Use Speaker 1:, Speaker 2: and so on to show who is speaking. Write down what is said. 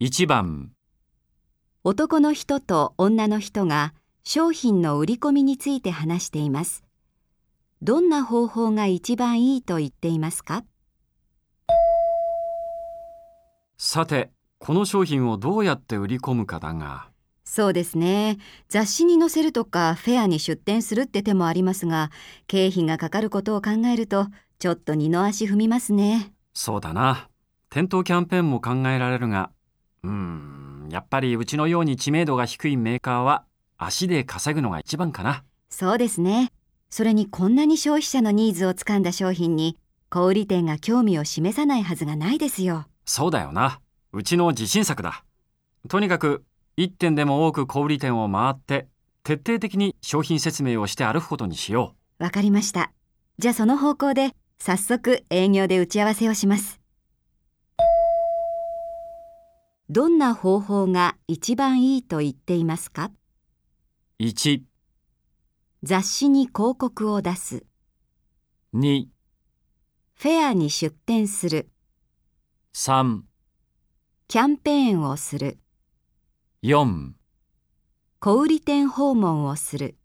Speaker 1: 1番、
Speaker 2: 男の人と女の人が商品の売り込みについて話しています。どんな方法が一番いいと言っていますか
Speaker 1: さて、この商品をどうやって売り込むかだが、
Speaker 2: そうですね。雑誌に載せるとかフェアに出店するって手もありますが、経費がかかることを考えると、ちょっと二の足踏みますね。
Speaker 1: そうだな。店頭キャンペーンも考えられるが、うーん、やっぱりうちのように知名度が低いメーカーは足で稼ぐのが一番かな。
Speaker 2: そうですね。それにこんなに消費者のニーズをつかんだ商品に、小売店が興味を示さないはずがないですよ。
Speaker 1: そうだよな。うちの自信作だ。とにかく、1店でも多く小売店を回って、徹底的に商品説明をして歩くことにしよう。
Speaker 2: わかりました。じゃあその方向で早速営業で打ち合わせをします。どんな方法が一番いいと言っていますか
Speaker 1: 1、
Speaker 2: 雑誌に広告を出す、
Speaker 1: 2、
Speaker 2: フェアに出店する、
Speaker 1: 3、
Speaker 2: キャンペーンをする、
Speaker 1: 4
Speaker 2: 小売店訪問をする。